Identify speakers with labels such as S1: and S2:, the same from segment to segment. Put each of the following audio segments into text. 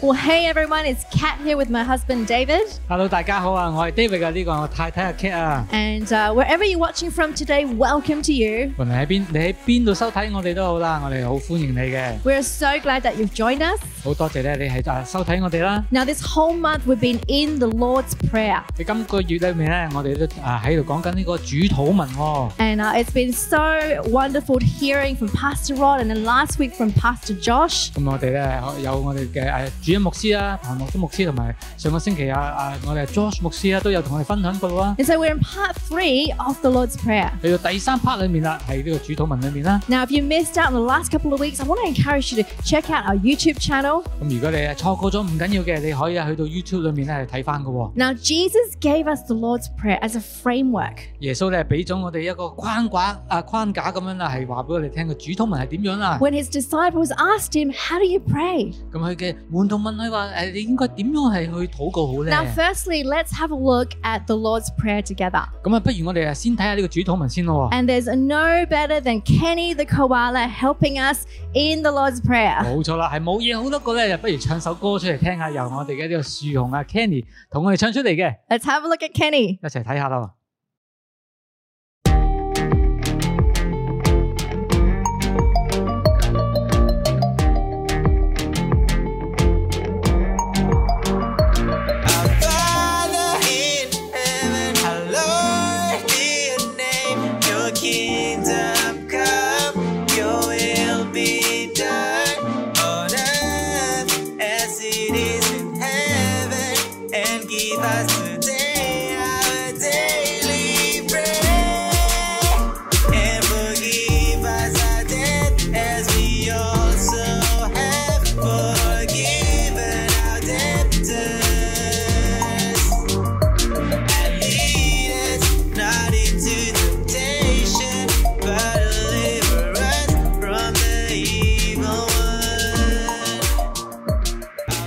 S1: Well, hey everyone, it's Kat here with my husband David.
S2: Hello，大家好啊，我係 David 嘅呢、個我太太阿 Cat 啊。
S1: And uh, wherever you're watching from today, welcome to you.
S2: 無論喺邊，你喺邊度收睇我哋都好啦，我哋好歡迎你嘅，
S1: We're so glad that you've joined us.
S2: 好多謝咧你係啊收睇我哋啦。
S1: Now, this whole month we've been in the Lord's Prayer,
S2: 喺今個月裏面咧，我哋都啊喺度講緊呢個主禱文喎、
S1: and uh, it's been so wonderful hearing from Pastor Rod and then last week from Pastor Josh.
S2: 咁我哋咧有我哋嘅誒主任牧師啊、彭牧師牧師同埋上個星期啊啊我哋 Josh 牧師啊都有同我哋分享過啦。
S1: And so we're in part three of the Lord's Prayer.
S2: 去到第三 part 裏面啦，喺呢個主禱文裏面啦。
S1: Now, if you missed out on the last couple of weeks, I want to encourage you to check out our YouTube channel.
S2: 咁如果你係錯過咗唔緊要嘅，你可以去到 YouTube 裏面咧係睇翻嘅喎。
S1: Now, Jesus gave us the Lord's Prayer as a framework.
S2: 耶穌咧俾咗我哋一個框架啊框架咁樣啦，係話俾我哋聽個主禱文係點樣啦。
S1: When his disciples asked him, How do you pray?
S2: 咁佢嘅門徒問佢話誒，你應該點樣係去禱告好咧？
S1: Now, firstly, let's have a look at the Lord's Prayer together.
S2: 咁啊，不如我哋啊先睇下呢個主禱文先咯喎。
S1: And there's no better than Kenny the koala helping us in the Lord's Prayer.
S2: 冇錯啦，係冇嘢好得過咧，就不如唱首歌出嚟聽下，由我哋嘅呢個樹熊啊 Kenny 同我哋唱出嚟嘅，
S1: Let's have a look at Kenny.
S2: 一齊睇下啦。
S3: Our Father in heaven, hallowed be your name. Your kingdom come, your will be done on earth as it is in heaven. And give us today our daily bread. And forgive us our debt as we also have forgiven our debtors. And lead us not into temptation, but deliver us from the evil one.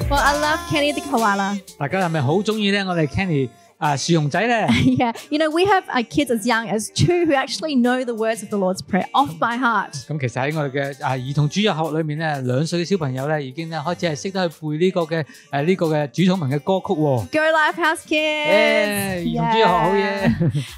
S1: Well, I love Kenny the koala.
S2: 大家係咪好中意咧？我哋 Kenny 啊樹熊仔咧，
S1: yeah, you know, we have uh, kids as young as two who actually know the words of the Lord's Prayer off by heart.
S2: 咁其實喺我哋嘅啊兒童主日學裏面咧，兩歲嘅小朋友咧已經咧開始係識得去背呢個嘅誒呢個嘅主禱文嘅歌曲喎。
S1: Go Lifehouse Kids!
S2: 誒兒童主日學好
S1: Yeah.
S2: 嘢。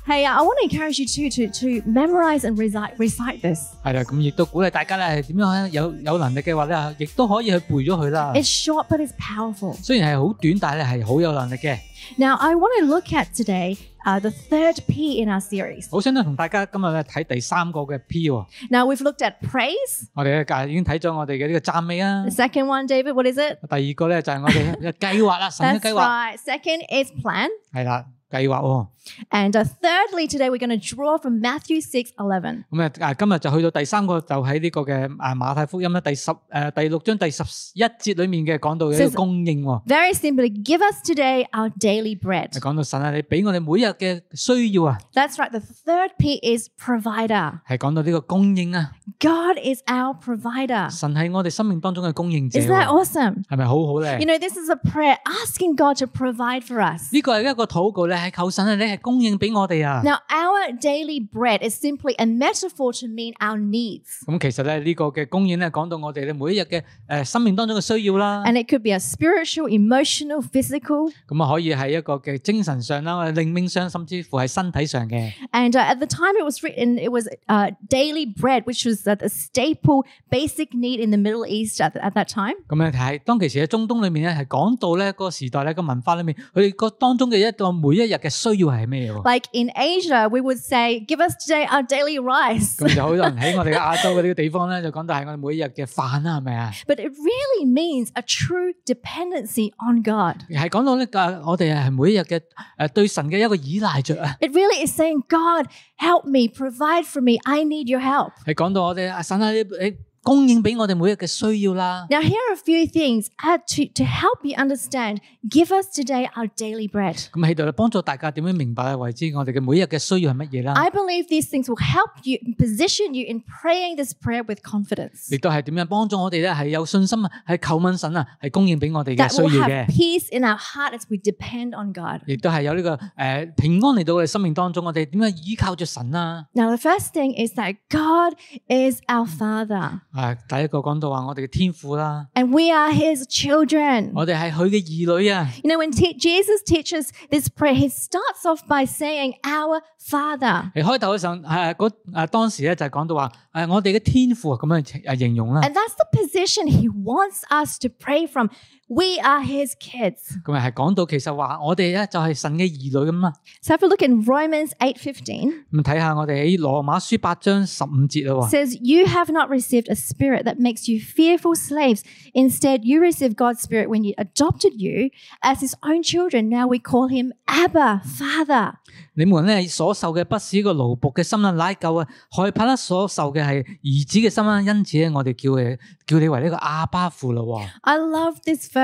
S1: Hey, uh, I want to encourage you too to, to memorize and recite, recite this.
S2: 係啦，咁亦都鼓勵大家咧，係點樣有有能力嘅話咧，亦都可以去背咗佢啦。
S1: It's short, but it's powerful.
S2: 雖然係好短，但係咧係好有能力嘅。
S1: Now, I want to look at today uh, the third P in our series.
S2: 好想咧同大家今日咧睇第三個嘅 P à? 喎，我
S1: Now, we've looked at praise.
S2: 哋咧啊已經睇咗我哋嘅呢個讚美啊
S1: The。second one, David, what is it?
S2: 第二個咧就係我哋嘅計劃啦，神嘅
S1: That's
S2: 計劃
S1: right. Second is plan.
S2: 係啦，計劃喎。
S1: And uh, thirdly, today we're going to draw from Matthew 6 11.
S2: 咁啊啊，今日就去到第三個，就喺呢個嘅啊馬太福音咧第十誒、呃第六章第十一節裡面嘅講到嘅呢
S1: Says-
S2: 個供應喎，
S1: Very simply, give us today our daily bread.
S2: 係講到神啊，你俾我哋每日嘅需要啊，
S1: That's right. The third P is provider.
S2: 係講到呢個供應啊，
S1: God is our provider.
S2: 神係我哋生命當中嘅供應者
S1: Isn't that
S2: 喎，
S1: awesome?
S2: 係咪好好咧
S1: You？know, this is a prayer asking God to provide for us.
S2: 呢個係一個禱告咧，係求神啊，你係供應俾我哋啊。
S1: Now, our daily bread is simply a metaphor to mean our needs.
S2: 咁其實咧呢個嘅供應咧，講到我哋咧每一日嘅誒生命當中嘅需要啦，
S1: And it could be a spiritual, emotional, physical.
S2: 咁啊可以係一個嘅精神上啦、靈命上，甚至乎係身體上嘅。
S1: And uh, at the time it was written, it was uh, daily bread, which was uh, the staple basic need in the Middle East at, at that time.
S2: 咁樣睇，當其時喺中東裏面咧，係講到咧個時代咧個文化裏面，佢哋個當中嘅一個每一日嘅需要係咩喎？
S1: Like in Asia, we would say, give us today our daily rice.
S2: 咁就好多人喺我哋嘅亞洲嘅呢個地方咧，就講到係我哋每一日嘅飯啦，係咪啊？
S1: But it really means a true dependency on God.
S2: 係講到呢個我哋係每一日嘅誒對神嘅一個依賴着啊，
S1: It really is saying, God, help me, provide for me. I need your help.
S2: 係講到我哋啊神啊，你你供應俾我哋每日嘅需要啦。
S1: Now, here are a few things uh, to, to help you understand. Give us today our daily bread.
S2: 咁喺度咧幫助大家點樣明白為之我哋嘅每日嘅需要係乜嘢啦，
S1: I believe these things will help you position you in praying this prayer with confidence.
S2: 亦都係點樣幫助我哋咧係有信心啊，係求問神啊，係供應俾我哋嘅
S1: That
S2: 需
S1: will
S2: 要
S1: have。
S2: 嘅
S1: peace in our heart as we depend on God.
S2: 亦都係有呢、個呃平安嚟到我哋生命當中，我哋點樣依靠住神啊？
S1: Now, the first thing is that God is our Father.
S2: 啊啊，第一個講到話我哋嘅天父啦，
S1: and we are his children.
S2: 我哋係佢嘅兒女啊。
S1: You know, when te- Jesus teaches this prayer, he starts off by saying, Our Father.
S2: 嚟開頭嘅時候，誒嗰誒當時咧就係講到話誒我哋嘅天父咁樣誒形容啦，
S1: And that's the position he wants us to pray from. We are his kids.
S2: 咁啊係講到其實話我哋咧就係神嘅兒女咁啦。
S1: So if we look in Romans 8:15,
S2: 咁睇下我哋喺羅馬書八章十五節啦喎。
S1: says, You have not received a spirit that makes you fearful slaves. Instead, you received God's spirit when he adopted you as his own children. Now we call him Abba, Father.
S2: 你們咧所受嘅不是一個奴仆嘅心啦，乃舊啊，害怕啦所受嘅係兒子嘅心啦，因此咧我哋叫你叫你為呢個阿巴父啦喎。
S1: I love this verse.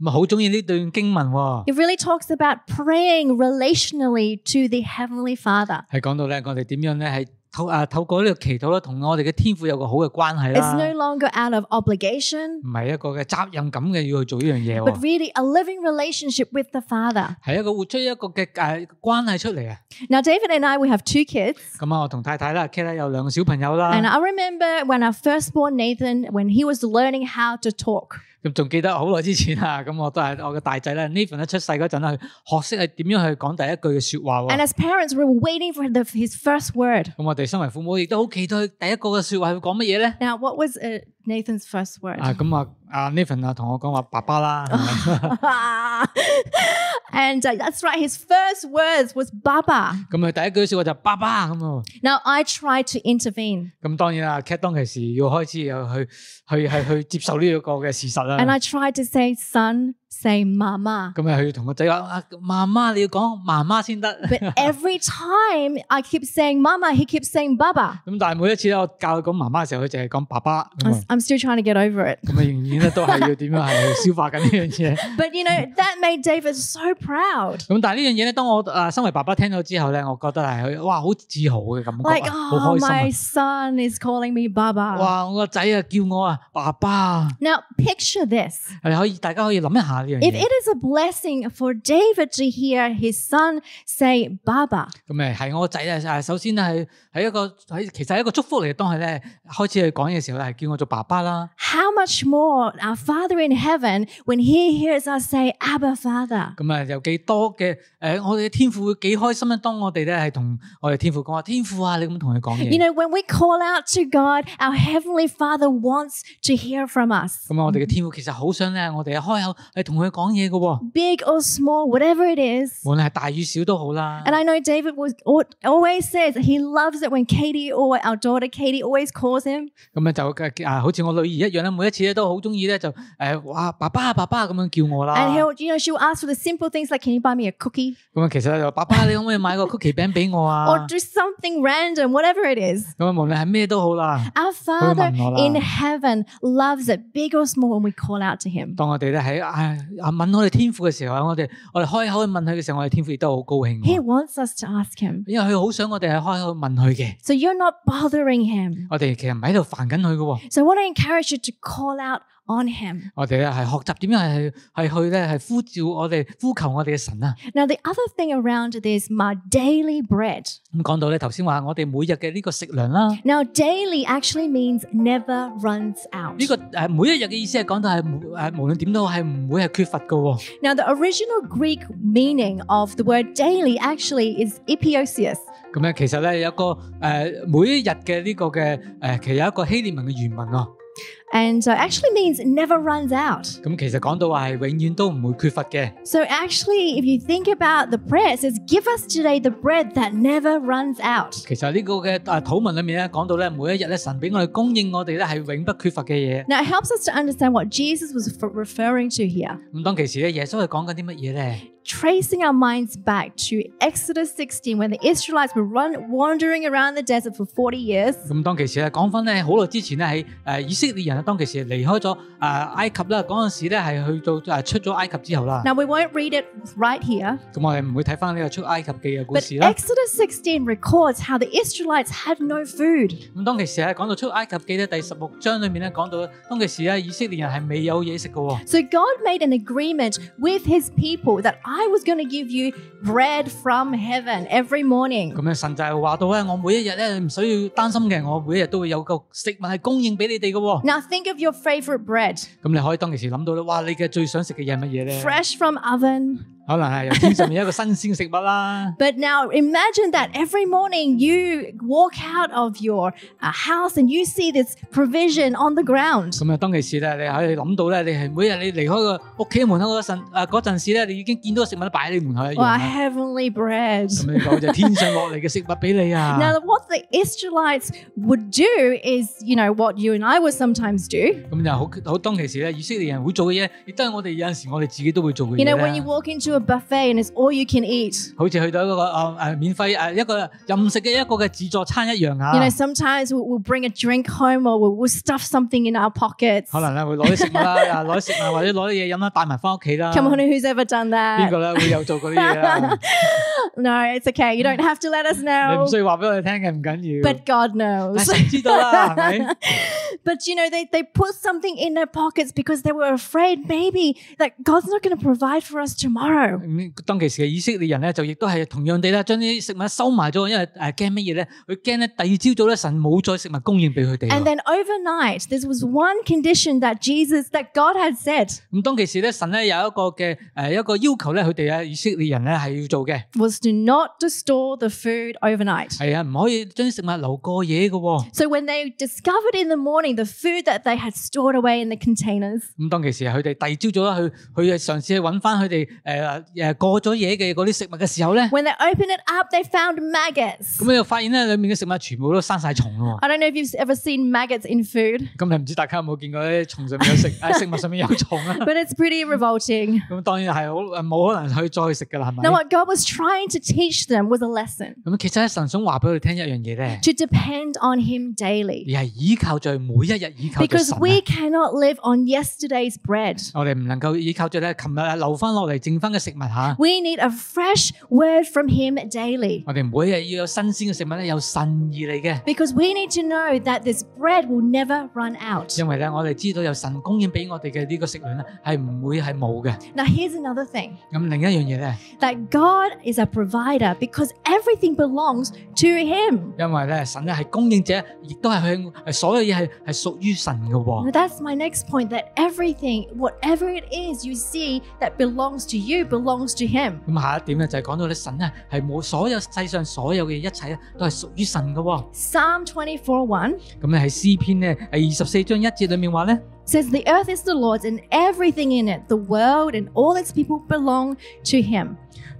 S2: 咁啊好中意呢段經文喎，
S1: It really talks about praying relationally to the Heavenly Father.
S2: 係講到咧我哋點樣咧係透啊透過呢個祈禱啦，同我哋嘅天父有個好嘅關係
S1: It's no
S2: 啦，
S1: longer out of obligation,
S2: 唔係一個嘅責任感嘅要去做呢樣嘢
S1: but
S2: 喎，
S1: really a living relationship with the Father.
S2: 係一個活出一個嘅誒關係出嚟啊。
S1: Now, David and I, we have two kids.
S2: 咁啊，我同太太啦 k a t 有兩個小朋友
S1: And
S2: 啦，
S1: I remember when our firstborn Nathan, when he was learning how to talk,
S2: 咁仲記得好耐之前啊， 咁我都係我嘅大仔咧 Nathan 一出世嗰陣咧，學識係點樣去講第一句嘅説話喎
S1: and。as parents, we were waiting for the, his first word.
S2: 咁我哋身為父母亦都好期待第一個嘅説話會講乜嘢咧？
S1: Now, what was uh, Nathan's first word?
S2: 啊，咁啊，阿 Nathan 啊，同我講話爸爸啦，
S1: and uh, that's right, his first words was Baba.
S2: 咁佢第一句説話就爸爸咁喎。
S1: Now, I tried to intervene
S2: 咁當然啦，Cat 當其時要開始又去去係去接受呢一個嘅事實啦。
S1: and I tried to say, son, say mama.
S2: 咁啊，佢要同個仔話啊，媽媽你要講媽媽先得。
S1: But every time I keep saying mama, he keeps saying baba.
S2: 咁但係每一次咧，我教佢講媽媽嘅時候，佢淨係講爸爸咁
S1: I'm
S2: 啊
S1: I'm still trying to get over it.
S2: 咁啊，仍然咧都係要點樣係去消化緊呢樣嘢。
S1: But you know, that made David so proud.
S2: 咁但係呢樣嘢咧，當我啊身為爸爸聽到之後咧，我覺得係佢哇好自豪嘅感
S1: Like,
S2: 覺啊，好
S1: oh,
S2: 開心啊
S1: my son is calling me baba.
S2: 哇！我個仔啊，叫我啊，爸爸，
S1: Now, picture this.
S2: 你可以大家可以諗一下呢樣
S1: If
S2: 嘢。
S1: it is a blessing for David to hear his son say baba,
S2: 咁誒係我個仔啊，啊首先咧係係一個係其實係一個祝福嚟嘅。當佢咧開始去講嘢嘅時候咧，係叫我做爸爸啦。
S1: how much more our Father in heaven when he hears us say Abba Father?
S2: 咁啊有幾多嘅誒、呃我哋嘅天父會幾開心咧？當我哋咧係同我哋天父講話，天父啊，你咁同佢講
S1: You
S2: 嘢。
S1: know, when we call out to God, our Heavenly Father wants to hear from us.
S2: 咁啊，我哋嘅天父其實好想咧，我哋一開口係同佢講嘢嘅喎，
S1: Big or small, whatever it is.
S2: 無論係大與小都好啦。
S1: And I know David was al- always says he loves it when Katie or our daughter Katie always calls him.
S2: 咁啊就啊，好似我女兒一樣啦，每一次咧都好中意咧就誒、呃哇爸爸啊爸爸咁樣叫哎我啦。
S1: And he'll, you know, she'll ask for the simple things like, can you buy me a cookie?
S2: 咁啊，其實就爸 爸，你可唔可以買個曲奇餅俾我
S1: Or
S2: 啊？
S1: do something random, whatever it is.
S2: 咁啊，無論係咩都好啦。
S1: Our Father
S2: Manolá.
S1: in heaven loves it, big or small, when we call out to him.
S2: 當我哋咧喺啊啊問我哋天父嘅時候，我哋我哋開口去問佢嘅時候，我哋天父亦都好高
S1: He
S2: 興，
S1: wants us to ask him.
S2: 因為佢好想我哋係開口問佢嘅。
S1: So you're not bothering him.
S2: 我哋其實唔喺度煩緊佢嘅喎，
S1: So I want to encourage you to call out on him.
S2: 我哋咧係學習點樣係係去咧係呼召我哋呼求我哋嘅神啊。
S1: Now, the other thing around this, my daily bread.
S2: 咁講到咧頭先話，我哋每日嘅呢個食糧啦，呢、
S1: Now, daily actually means never runs out.
S2: 個誒、呃每一日嘅意思係講到係誒無論點都好係唔會係缺乏嘅喎。
S1: Now, the original Greek meaning of the word daily actually is epiosios.
S2: 咁咧其實咧有一個誒、呃每一日嘅呢個嘅誒、呃其實有一個希臘文嘅原文啊。
S1: And so actually means never runs out.
S2: 咁其實講到話係永遠都唔會缺乏嘅。
S1: So actually, if you think about the prayer, it says, Give us today the bread that never runs out.
S2: 其實呢個嘅啊土文裏面咧講到咧，每一日咧神俾我哋供應我哋咧係永不缺乏嘅嘢。
S1: Now, it helps us to understand what Jesus was f- referring to here.
S2: 咁當其時咧，耶穌係講緊啲乜嘢咧？
S1: Tracing our minds back to Exodus 16, when the Israelites were run, wandering around the desert for 40 years.
S2: à, 咁當其時咧講翻咧好耐之前咧喺誒以色列人咧，當其時離開咗啊埃及啦，嗰陣時咧係去到啊出咗埃及之後啦，
S1: Now, we won't read it right here,
S2: 咁我哋唔會睇翻呢個出埃及記嘅故
S1: but
S2: 事啦。
S1: Exodus 16 records how the Israelites had no food.
S2: 咁當其時咧講到出埃及記咧第十六章裏面咧講到，當其時咧以色列人係未有嘢食嘅喎。
S1: So God made an agreement with his people that I was going to give you bread from heaven every morning.
S2: 咁樣神就係話到咧，我每一日咧唔需要擔心嘅，我每一日都會有個食物係供應俾你哋嘅喎。
S1: Now think of your favorite bread,
S2: 咁你可以當其時諗到咧，哇！你嘅最想食嘅嘢係乜嘢咧？
S1: fresh from oven.
S2: 可能係由天上面一個新鮮食物啦。
S1: But now imagine that every morning you walk out of your uh, house and you see this provision on the ground.
S2: 咁啊，當其時咧，你可以諗到咧，你係每日你離開個屋企門口嗰陣，啊嗰陣時咧，你已經見到食物擺喺你門口一樣
S1: Wow,
S2: 啦。
S1: heavenly bread.
S2: 咁你講就天上落嚟嘅食物俾 你啊！
S1: Now, what the Israelites would do is, you know, what you and I would sometimes do.
S2: 咁就好好當其時咧，以色列人會做嘅嘢，亦都係我哋有陣時我哋自己都會做嘅
S1: You
S2: 嘢
S1: know, when you
S2: 啦。
S1: walk into a buffet and it's all you can eat,
S2: 好似去到一個誒誒免費誒一個啊任食嘅一個嘅自助餐一樣啊
S1: you know,！sometimes we'll, we'll bring a drink home or we'll, we'll stuff something in our pockets.
S2: 可能咧會攞啲食 物啦，啊攞啲食物或者攞啲嘢飲啦，帶埋翻屋企啦。
S1: Come on, who's ever done
S2: 邊
S1: that?
S2: 個咧會有做嗰啲嘢 啦？
S1: No, it's okay. You don't have to let us
S2: 你唔
S1: know.
S2: 需要話俾我哋聽嘅，唔緊要。
S1: But God
S2: 但
S1: knows.
S2: 係知道啦，係咪？
S1: but you know, they, they put something in their pockets because they were afraid maybe that God's not going to provide for us tomorrow.
S2: 咁當其時嘅以色列人咧，就亦都係同樣地咧，將啲食物收埋咗，因為誒驚乜嘢咧？佢驚咧第二朝早咧，神冇再食物供應俾佢哋
S1: And
S2: 喎。
S1: then overnight, there was one condition that Jesus, that God had said
S2: 咁當其時咧，神咧有一個嘅誒、呃一個要求咧，佢哋啊以色列人咧係要做嘅，
S1: was to not to store the food overnight.
S2: 係啊，唔可以將啲食物留過夜嘅喎。
S1: So when they discovered in the morning the food that they had stored away in the containers,
S2: 咁當其時佢哋第二朝早咧，去去嘗試去揾翻佢哋誒誒過咗夜嘅嗰啲食物嘅時候咧，
S1: when they opened it up, they found maggots.
S2: 咁你就發現咧，裡面嘅食物全部都生晒蟲咯喎。
S1: I don't know if you've ever seen maggots in food,
S2: 咁你唔知大家有冇見過啲蟲上面有食，誒食物上面有蟲啊？
S1: but it's pretty revolting.
S2: 咁當然係好冇可能去再去食噶啦，係咪
S1: Now, what God was trying to teach them was a lesson
S2: 咁其實咧，神想話俾佢哋聽一樣嘢咧，
S1: to depend on Him daily
S2: 而係依靠在每一日依靠著
S1: because
S2: 神啊
S1: we cannot live on yesterday's bread.
S2: 我哋唔能夠依靠著咧，琴日啊留翻落嚟剩翻嘅食物嚇。
S1: We need a fresh word from Him daily
S2: 我哋每日要有新鮮嘅食物咧，有神意嚟嘅，
S1: because we need to know that this bread will never run out.
S2: 因為咧我哋知道有神供應俾我哋嘅呢個食糧咧係唔會係冇嘅。
S1: Now, here's another thing
S2: 咁另一樣嘢咧，
S1: that God is a provider because everything belongs to Him.
S2: 因為咧神咧係供應者，亦都係向係所有嘢係係屬於神嘅喎。
S1: That's my next point that everything, whatever it is you see that belongs to you, belongs to Him.
S2: 咁下一點咧就係講到咧神咧係冇所有世上所有嘅一切咧都係屬於神嘅喎。
S1: Psalm 24 1
S2: 咁咧喺詩篇咧係二十四章一節裡面話咧。
S1: says, The earth is the Lord's and everything in it, the world and all its people belong to Him.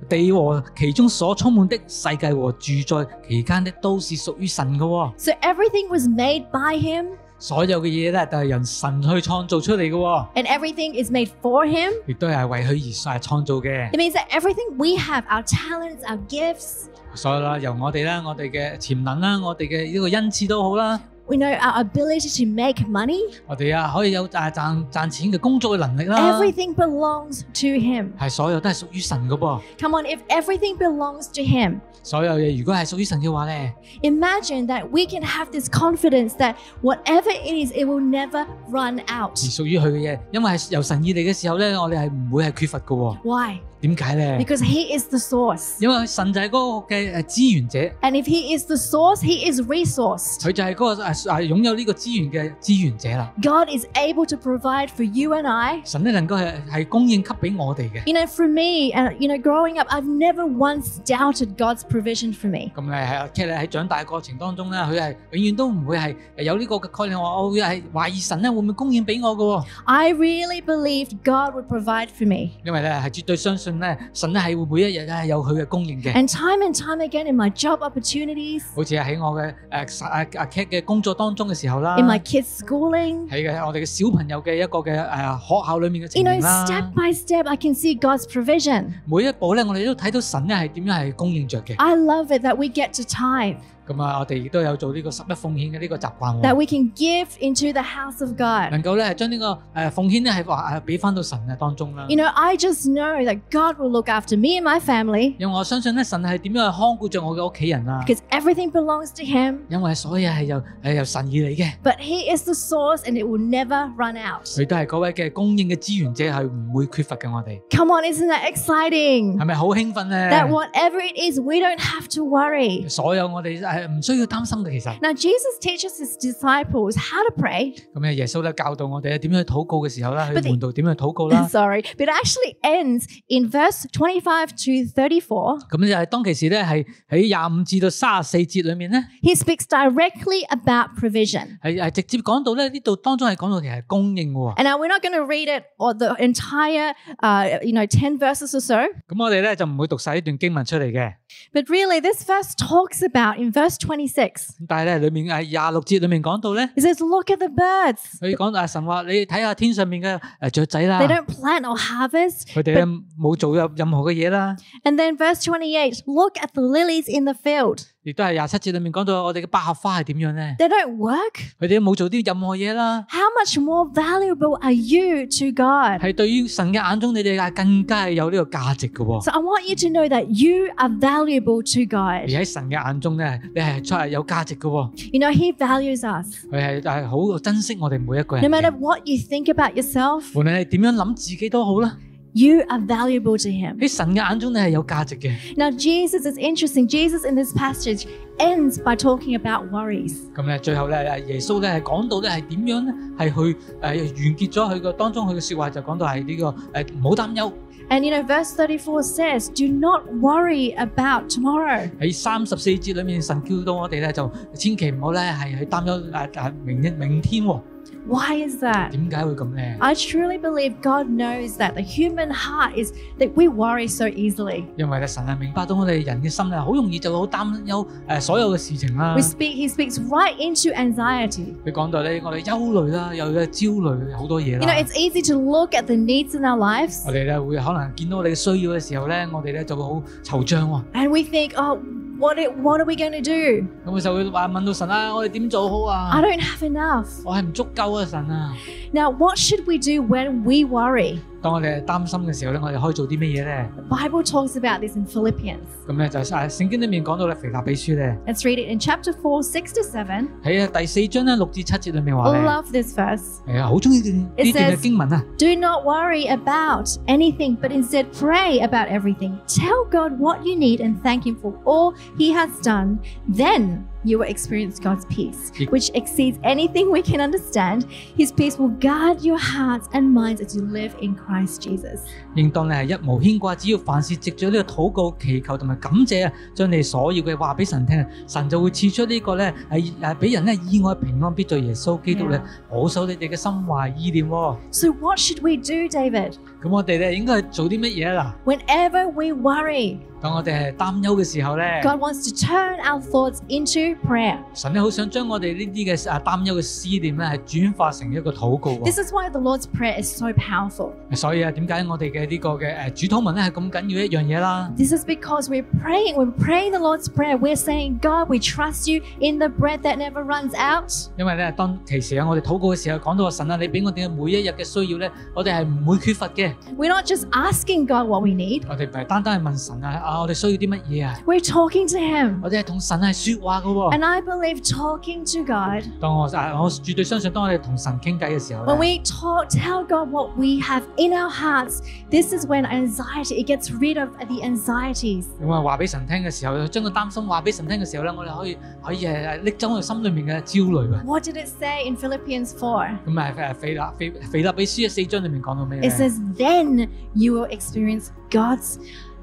S2: 地和其中所充滿的世界和住在其間的都是屬於神嘅、喎。
S1: So everything was made by Him
S2: 所有嘅嘢咧都係人神去創造出嚟嘅、喎，
S1: and everything is made for Him.
S2: 亦都係為佢而創造嘅
S1: It。means that everything we have, our talents, our gifts,
S2: 所以啦，由我哋啦，我哋嘅潛能啦，我哋嘅呢個恩賜都好啦，
S1: we know our ability to make money,
S2: 我哋啊可以有啊賺賺錢嘅工作嘅能力啦，
S1: everything belongs to Him.
S2: 係所有都係屬於神嘅噃。
S1: Come on, if everything belongs to Him,
S2: 所有嘢如果係屬於神嘅話咧，
S1: imagine that we can have this confidence that whatever it is, it will never run
S2: 而
S1: out.
S2: 屬於佢嘅嘢，因為係由神而嚟嘅時候咧，我哋係唔會係缺乏嘅、喎。
S1: Why?
S2: 點解咧？
S1: Because He is the source.
S2: 因為神就係嗰個嘅誒資源者。
S1: And if He is the source, He is resourced.
S2: 佢就係嗰、個啊啊擁有呢個資源嘅資源者啦。
S1: God is able to provide for you and I.
S2: 神咧能夠係係供應給俾我哋嘅。
S1: You know, for me, uh, you know, growing up, I've never once doubted God's provision for me.
S2: 咁咧係阿 K 咧喺長大嘅過程當中咧，佢係永遠都唔會係有呢個嘅概念，我我會係懷疑神咧會唔會供應俾我嘅喎？
S1: I really believed God would provide for me.
S2: 因為咧係絕對相信咧，神咧係會每一日咧有佢嘅供應嘅。
S1: And time and time again in my job opportunities,
S2: 好似喺我嘅誒阿阿 K 嘅工作當中嘅時候啦，
S1: in my
S2: 喺
S1: kids' schooling,
S2: 嘅我哋嘅小朋友嘅一個嘅誒、學校裡面嘅
S1: you
S2: 情
S1: know,
S2: 形啦，
S1: step by step, I can see God's provision.
S2: 每一步咧我哋都睇到神咧係點樣係供應着嘅。
S1: I love it that we get to tithe.
S2: 咁啊，我哋亦都有做呢個十一奉獻嘅呢個習慣喎
S1: that。we can give into the house of God.
S2: 能夠咧將呢個誒奉獻咧係話誒俾翻到神嘅當中啦。
S1: You know, I just know that God will look after me and my family
S2: 因為我相信咧，神係點樣去看顧着我嘅屋企人啊？
S1: because everything belongs to Him,
S2: 因為所有係由係由神而嚟嘅，
S1: but He is the source and it will never run out.
S2: 佢都係嗰位嘅供應嘅資源者，係唔會缺乏嘅。我哋
S1: Come on, isn't that exciting?
S2: 係咪好興奮
S1: That
S2: 咧？
S1: whatever it is, we don't have to worry.
S2: 所有我哋係唔需要擔心嘅，其實
S1: Now, Jesus teaches His disciples how to pray,
S2: 咁啊，耶穌咧教導我哋咧點樣去禱告嘅時候啦，去
S1: But the-
S2: 門道點樣去 禱告啦。
S1: sorry, but it actually ends in verse 25 to 34.
S2: 咁就係當其時咧，係喺廿五至到三十四節裏面咧，
S1: He speaks directly about provision.
S2: 係係直接講到咧呢度當中係講到其實係供應嘅喎。
S1: And now we're not going to read it or the entire, uh, you know, 10 verses or so.
S2: 咁我哋咧就唔會讀晒呢段經文出嚟嘅，
S1: But really, this verse talks about in verse 26,
S2: 咁但係咧裏面誒廿六節裏面講到咧，
S1: it says, Look at the birds.
S2: 佢講啊神話你睇下天上面嘅誒雀仔啦
S1: They，don't plant or harvest.
S2: 佢哋咧冇做任任何嘅嘢啦，
S1: And then verse 28, Look at the lilies in the field.
S2: 亦都係廿七節裏面講到我哋嘅百合花係點樣咧，
S1: They don't work.
S2: 佢哋都冇做啲任何嘢啦，
S1: How much more valuable are you to God?
S2: 係對於神嘅眼中你哋係更加係有呢個價值嘅喎，
S1: So I want you to know that you are valuable to
S2: 而
S1: God.
S2: 喺神嘅眼中咧你係真係有價值嘅喎，
S1: You know, He values us.
S2: 佢係係好珍惜我哋每一個
S1: No
S2: 人
S1: matter
S2: 嘅。
S1: what you think about yourself,
S2: 無論你點樣諗自己都好啦，
S1: you are valuable to Him.
S2: 喺神嘅眼中你係有價值嘅。
S1: Now, Jesus is interesting. Jesus in this passage ends by talking about worries.
S2: 咁咧，最後咧，誒耶穌咧係講到咧係點樣咧，係去誒、呃完結咗佢個當中佢嘅説話，就講到係呢、個誒唔好擔憂。
S1: And you know, verse 34 says, Do not worry about tomorrow.
S2: 喺三十四節裏面，神叫到我哋咧就千祈唔好咧係去擔憂誒誒明日明天喎、
S1: Why is that?
S2: 點解會咁咧？
S1: I truly believe God knows that the human heart is that we worry so easily.
S2: 因為咧神係明白到我哋人嘅心咧好容易就好擔憂誒、呃所有嘅事情啦
S1: We。speak, he speaks right into anxiety.
S2: 佢講到咧，我哋憂慮啦，又有焦慮好多嘢
S1: You know,
S2: 啦。
S1: it's easy to look at the needs in our lives
S2: 我哋咧會可能見到我哋嘅需要嘅時候咧，我哋咧就會好惆悵喎、
S1: and we think, oh, what, it, what are we going to do?
S2: 咁佢就會話問到神啊，我哋點做好啊
S1: I？don't have enough.
S2: 我係唔足夠啊，神啊！
S1: Now, what should we do when we worry?
S2: 當我哋擔心嘅時候咧，我哋可以做啲乜嘢咧？
S1: The Bible talks about this in Philippians.
S2: 咁咧就係啊聖經裏面講到咧，腓立比書咧
S1: Let's read it in chapter 4, 6 to 7.
S2: 喺啊第四章咧六至七節裏面
S1: I
S2: 話咧，
S1: love this verse.
S2: 係啊好中意呢
S1: It
S2: 呢段
S1: says-
S2: 嘅經文啊！
S1: Do not worry about anything, but instead pray about everything. Tell God what you need and thank Him for all He has done. Then you will experience God's peace,
S2: Ye-
S1: which exceeds anything we can understand. His peace will guard your hearts and minds as you live in Christ Jesus.
S2: 應當你係一無牽掛，只要凡事藉著呢個禱告、祈求同埋感謝啊，將你所要嘅話俾神聽，神就會賜出呢個咧係誒俾人咧意外平安，必在耶穌基督咧
S1: Yeah.
S2: 保守你哋嘅心懷意念喎。
S1: So, what should we do, David?
S2: 咁我哋咧應該係做啲乜嘢啊？
S1: Whenever we worry,
S2: 嗱，當我哋係擔憂嘅時候咧。
S1: God wants to turn our thoughts into prayer.
S2: 神咧好想將我哋呢啲嘅啊擔憂嘅思念咧，係轉化成一個禱告
S1: This
S2: 喎。
S1: is why the Lord's Prayer is so powerful.
S2: 所以啊，點解我哋嘅呢個嘅誒主禱文咧係咁緊要一樣嘢啦？
S1: This is because we're praying, we're praying the Lord's Prayer. We're saying, God, we trust you in the bread that never runs out.
S2: 因為咧，當其時啊，我哋禱告嘅時候講到話神啊，你俾我哋嘅每一日嘅需要咧，我哋係唔會缺乏嘅。
S1: We're not just asking God what we need,
S2: 我哋唔係單單係問神啊，啊我哋需要啲乜嘢啊？
S1: we're talking to Him.
S2: 我哋係同神係説話嘅喎。
S1: And I believe talking to God,
S2: 當我啊，我絕對相信，當我哋同神傾偈嘅時候
S1: when
S2: 咧，
S1: we talk, tell God what we have in our hearts, this is when anxiety, it gets rid of the anxieties.
S2: 咁啊話俾神聽嘅時候，將個擔心話俾神聽嘅時候咧，我哋可以可以誒拎走我哋心裏面嘅焦慮啊。
S1: What did it say in Philippians 4?
S2: 咁啊誒腓立腓腓立比書嘅四章裏面講到咩
S1: It
S2: 咧？
S1: says, then you will experience God's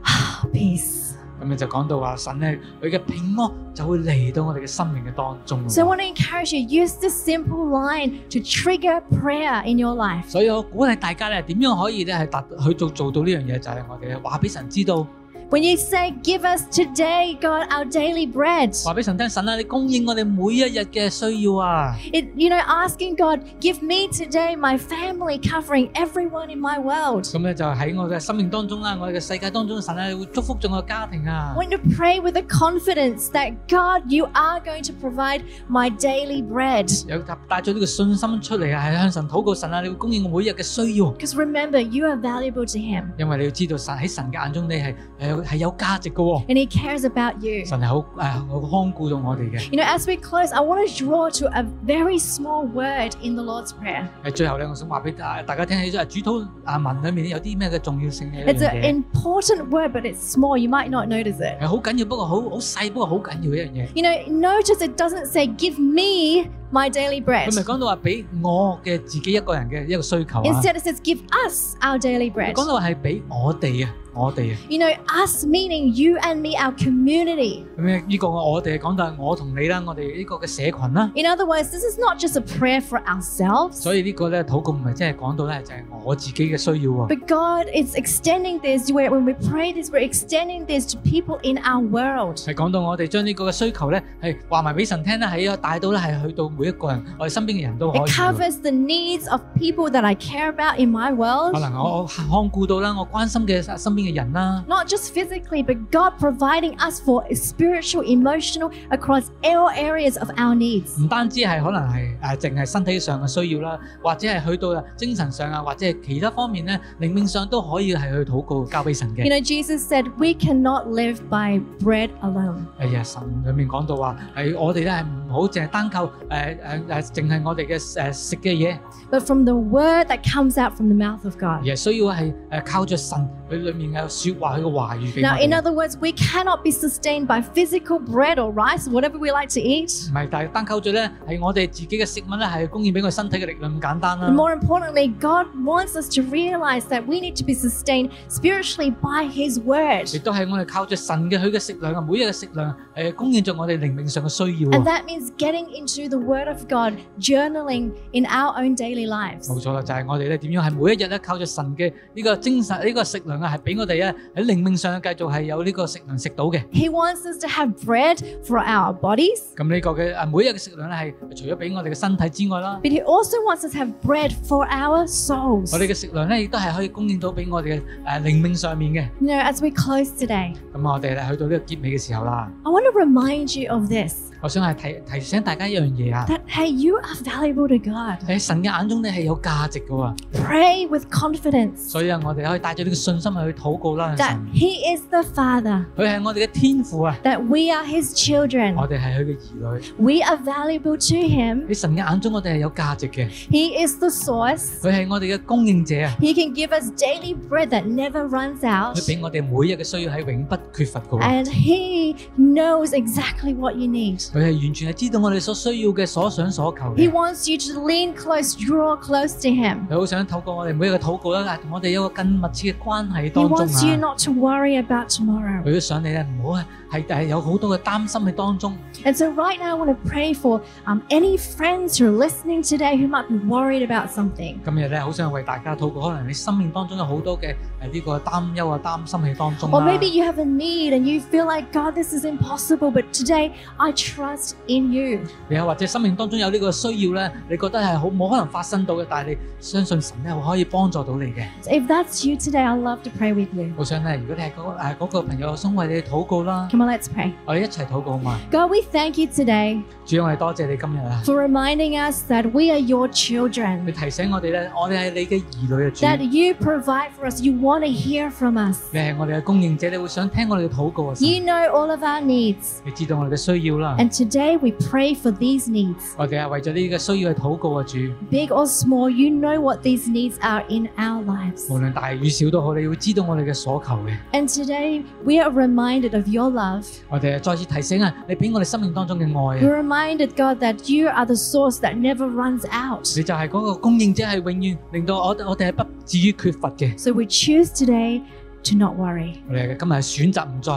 S1: peace.
S2: 咁你就講到話神咧，佢嘅平安就會嚟到我哋嘅生命嘅當中。
S1: So I want to encourage you use this simple line to trigger prayer in your life.
S2: 所以我鼓勵大家咧，點樣可以咧係達去做做到呢樣嘢，就係我哋話俾神知道，
S1: When you say, Give us today, God, our daily bread,
S2: 話俾神聽，神啊，你供應我哋每一日嘅需要啊！
S1: it, you know, asking God, Give me today my family covering everyone in my world.
S2: 咁咧就喺我嘅生命當中啦，我哋嘅世界當中，神啊，你會祝福咗我嘅家庭啊！
S1: When to pray with the confidence that God, you are going to provide my daily bread.
S2: 有帶咗呢個信心出嚟啊，係向神禱告，神啊，你會供應我每日嘅需要，
S1: Because remember, you are valuable to Him
S2: 因為你要知道神喺神嘅眼中你係誒係有價值嘅喎、
S1: and He cares about you.
S2: 神係好誒好看顧到我哋嘅。
S1: You know, as we close, I want to draw to a very small word in the Lord's Prayer.
S2: 誒最後咧，我想話俾大大家聽喺誒主禱啊文裏面有啲咩嘅重要性嘅一
S1: It's
S2: 樣
S1: an
S2: 嘢，
S1: important word, but it's small. You might not notice it.
S2: 係好緊要，不過好好細，不過好緊要嘅一樣嘢。
S1: You know, notice it doesn't say, Give me my daily bread.
S2: 佢咪講到話俾我嘅自己一個人嘅一個需求啊。
S1: Instead, it says, Give us our daily bread.
S2: 講到話係俾我哋啊，我哋啊，
S1: You know, us meaning you and me, our community.
S2: 咁咧呢個我哋講到係我同你啦，我哋呢個嘅社群啦，
S1: In other words, this is not just a prayer for ourselves.
S2: 所以呢個咧禱告唔係真係講到咧就係我自己嘅需要喎，
S1: But God is extending this where when we pray this, we're extending this to people in our world.
S2: 係講到我哋將呢個嘅需求咧係話埋俾神聽啦，係啊帶到咧係去到每一個人，我哋身邊嘅人都可以
S1: It
S2: 喎。
S1: covers the needs of people that I care about in my
S2: 可
S1: world.
S2: 能我我看顧到啦，我關心嘅身邊嘅人啦。
S1: Not just physically, but God providing us for spiritual, emotional, across all areas of our needs.
S2: 唔單止係可能係誒，淨係身體上嘅需要啦，或者係去到啊精神上啊，或者係其他方面咧，靈命上都可以係去禱告交俾神
S1: You
S2: 嘅。
S1: know, Jesus said, We cannot live by bread alone.
S2: 哎呀，神裡面講到話係我哋咧係唔好淨係單靠誒誒誒，淨係我哋嘅誒食嘅嘢，
S1: but from the word that comes out from the mouth of
S2: 而
S1: God.
S2: 係需要係誒靠着神佢裡面嘅説話，佢嘅話語俾我
S1: Now, in
S2: 哋。
S1: other words, we cannot be sustained by physical bread or rice, whatever we like to eat.
S2: 唔係，但係單靠住咧係我哋自己嘅食物咧係供應俾我身體嘅力量咁簡單
S1: But
S2: 啦。
S1: more importantly, God wants us to realize that we need to be sustained spiritually by His word.
S2: 亦都係我哋靠着神嘅佢嘅食量啊，每日嘅食量誒供應着我哋靈命上嘅需要喎
S1: And。that means getting into the word of God, journaling in our own daily lives.
S2: 冇錯啦，就係、我哋咧點樣係每一日咧靠住神嘅呢個精神呢、個食糧啊，係俾我哋咧喺靈命上繼續係有呢個食糧食到嘅。
S1: He wants us to have bread for our bodies,
S2: 咁呢個嘅啊每一日嘅食糧咧係除咗俾我哋嘅身體之外啦，
S1: but He also wants us to have bread for our souls.
S2: 我哋嘅食糧咧亦都係可以供應到俾我哋嘅誒靈命上面嘅。
S1: You know, as we close today,
S2: 咁我哋咧去到呢個結尾嘅時候啦，
S1: I want to remind you of this
S2: 我想係提提醒大家一樣嘢啊，
S1: that, hey, you are valuable to God.
S2: 喺神嘅眼中你係有價值嘅喎，
S1: Pray with confidence
S2: 所以啊我哋可以帶住呢個信心去禱告啦。
S1: that
S2: 神
S1: He is the Father,
S2: 佢係我哋嘅天父啊，
S1: that we are His children.
S2: 我哋係佢嘅兒女。
S1: We are valuable to Him.
S2: 喺神嘅眼中我哋係有價值嘅，
S1: He is the source.
S2: 佢係我哋嘅供應者啊。
S1: He can give us daily bread that never runs out.
S2: 佢俾我哋每日嘅需要係永不缺乏嘅喎，
S1: And He knows exactly what you need.
S2: 佢係完全係知道我哋所需要嘅、所想所求
S1: He
S2: 嘅。
S1: wants you to lean close, draw close to Him.
S2: 佢好想透過我哋每一個禱告啦，同我哋有一個更密切嘅關係
S1: He
S2: 當中
S1: wants you
S2: 啊。
S1: not to worry about tomorrow.
S2: 佢都想你咧唔好係係有好多嘅擔心喺當中，
S1: And so, right now, I want to pray for um, any friends who are listening today who might be worried about something.
S2: 今日咧好想為大家禱告，可能你生命當中有好多嘅誒呢個擔憂啊、擔心喺當中
S1: Or
S2: 啦。
S1: maybe you have a need and you feel like, God, this is impossible, but today I trust in you.
S2: 你又或者生命當中有呢個需要咧，你覺得係好冇可能發生到嘅，但係你相信神咧可以幫助到你嘅。
S1: So if that's you today, I'd love to pray with you.
S2: 好想咧，如果你係嗰誒嗰個朋友，我想為你禱告啦，
S1: Come on, let's pray.
S2: 我哋一齊禱告好嘛。
S1: God, we thank you today
S2: 主，我哋多謝你今日啊！
S1: for reminding us that we are your
S2: 你
S1: children,
S2: 提醒我哋咧，我哋係你嘅兒女啊！主，
S1: that you provide for us. You want to hear from us.
S2: 你係我哋嘅供應者，你會想聽我哋嘅禱告啊！神
S1: You know all of our needs.
S2: 你知道我哋嘅需要啦，
S1: And today we pray for these needs,
S2: 我哋係為咗呢個需要去禱告啊！主，
S1: big or small. You know what these needs are in our lives.
S2: 無論大與小都好，你會知道我哋嘅所求嘅。
S1: And today we are reminded of your love.
S2: 我哋再次提醒啊，你俾我哋生命當中嘅愛啊！
S1: We're reminded, God, that you are the source that never runs out.
S2: 你就係嗰個供應者，係永遠令到我我哋係不至於缺乏嘅。
S1: So we choose today to not worry.
S2: 我哋今日係選擇唔再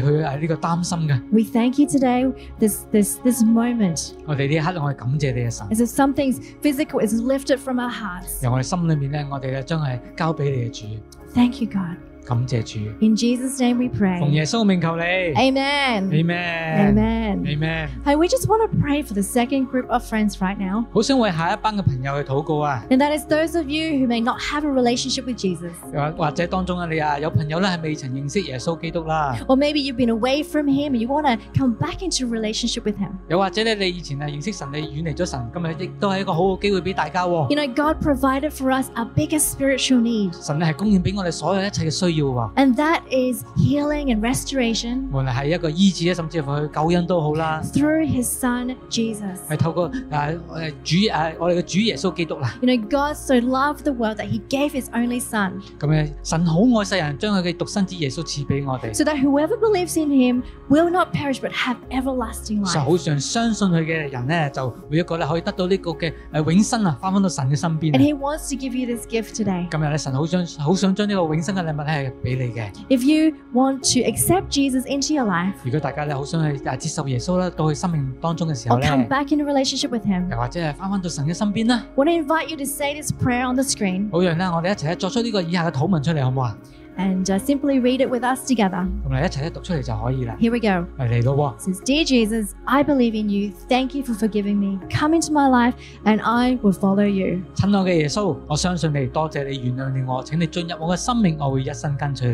S2: 去係去誒呢個擔心嘅。
S1: We thank you today, this this this moment,
S2: 我哋呢一刻，我哋感謝你啊神，
S1: as if something's physical is lifted from our hearts.
S2: 由我哋心裏面咧，我哋咧將係交俾你嘅主。
S1: Thank you, God.
S2: 感謝主，
S1: In Jesus' name we pray.
S2: 奉耶穌名求你
S1: Amen.
S2: ，Amen，Amen。
S1: Amen. Hey, we just want to pray for the second group of friends right now.
S2: 好想為下一班嘅朋友去禱告啊！
S1: And that is those of you who may not have a relationship with Jesus.
S2: 又或或者當中啊，你
S1: à.
S2: 啊有朋友咧係未曾認識耶穌基督啦，
S1: Or maybe you've been away from him and you want to come back into relationship with him.
S2: 又或者咧你以前係認識神，你遠離咗神，今日亦都係一個好嘅機會俾大家喎。
S1: You know, God provided for us our biggest spiritual need,
S2: 神咧係供應俾我哋所有一切嘅需要喎，
S1: and that is healing and restoration
S2: 無論係一個醫治咧，啊甚至乎去救恩都好啦，
S1: through his son Jesus.
S2: 係透過啊誒誒主誒我哋嘅主耶穌基督啦。
S1: You know, God so loved the world that he gave his only son,
S2: 咁咧，神好愛世人，將佢嘅獨生子耶穌賜俾我哋，
S1: so that whoever believes in him will not perish but have everlasting
S2: 就
S1: life.
S2: 好想相信佢嘅人咧，就每一個咧可以得到呢個嘅誒永生啊，翻返到神嘅身
S1: And
S2: 邊啊。
S1: he wants to give you this gift today.
S2: 今日咧，神好想好想將呢個永生嘅禮物咧係俾你嘅。
S1: If you want to accept Jesus into your life
S2: 如果大家咧好想去啊接受耶穌啦，到佢生命當中嘅時候
S1: or
S2: 咧，
S1: come back in a relationship with him,
S2: 又或者係翻返到神嘅身邊啦，
S1: I want to invite you to say this prayer on the screen
S2: 好讓咧我哋一齊咧作出呢個以下嘅禱文出嚟，好唔好啊？
S1: and uh, simply read it with us together.
S2: 咁嚟一齊咧讀出嚟就可以啦。
S1: Here we go.
S2: 嚟嚟咯
S1: It says, Dear Jesus, I believe in you. Thank you for forgiving me. Come into my life and I will follow you.
S2: 喎，親愛嘅耶穌，我相信你，多謝你原諒了我，請你進入我嘅生命，我會一生跟隨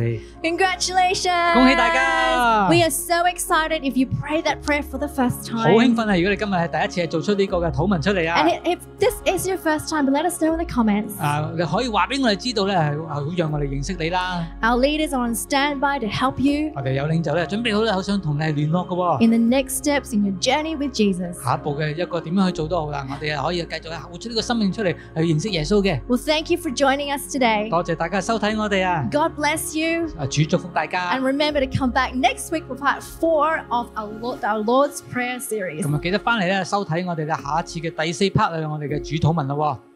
S2: 你。
S1: Congratulations!
S2: 恭喜大家！
S1: We are so excited if you pray that prayer for the first
S2: 好興
S1: time.
S2: 奮啊！如果你今日係第一次係做出呢個嘅禱文出嚟
S1: And
S2: 啊，
S1: i- if this is your first time, let us know in the comments.
S2: 啊你可以話俾我哋知道咧，係好讓我哋認識你啦。
S1: Our leaders are on standby to help you
S2: 我哋有領袖咧，準備好咧，好想同你係聯絡嘅喎。
S1: in the next steps in your journey with Jesus.
S2: 下一步嘅一個點樣去做都好啦，我哋係可以繼續活出呢個生命出嚟，去認識耶穌嘅。
S1: Well, thank you for joining us today.
S2: 多謝大家收睇我哋啊！
S1: God bless you.
S2: 啊，主祝福大家
S1: And。remember to come back next week for part four of our, Lord, our Lord's Prayer series.
S2: 咁啊，記得翻嚟咧收睇我哋嘅下一次嘅第四 part 啊，我哋嘅主禱文啦喎。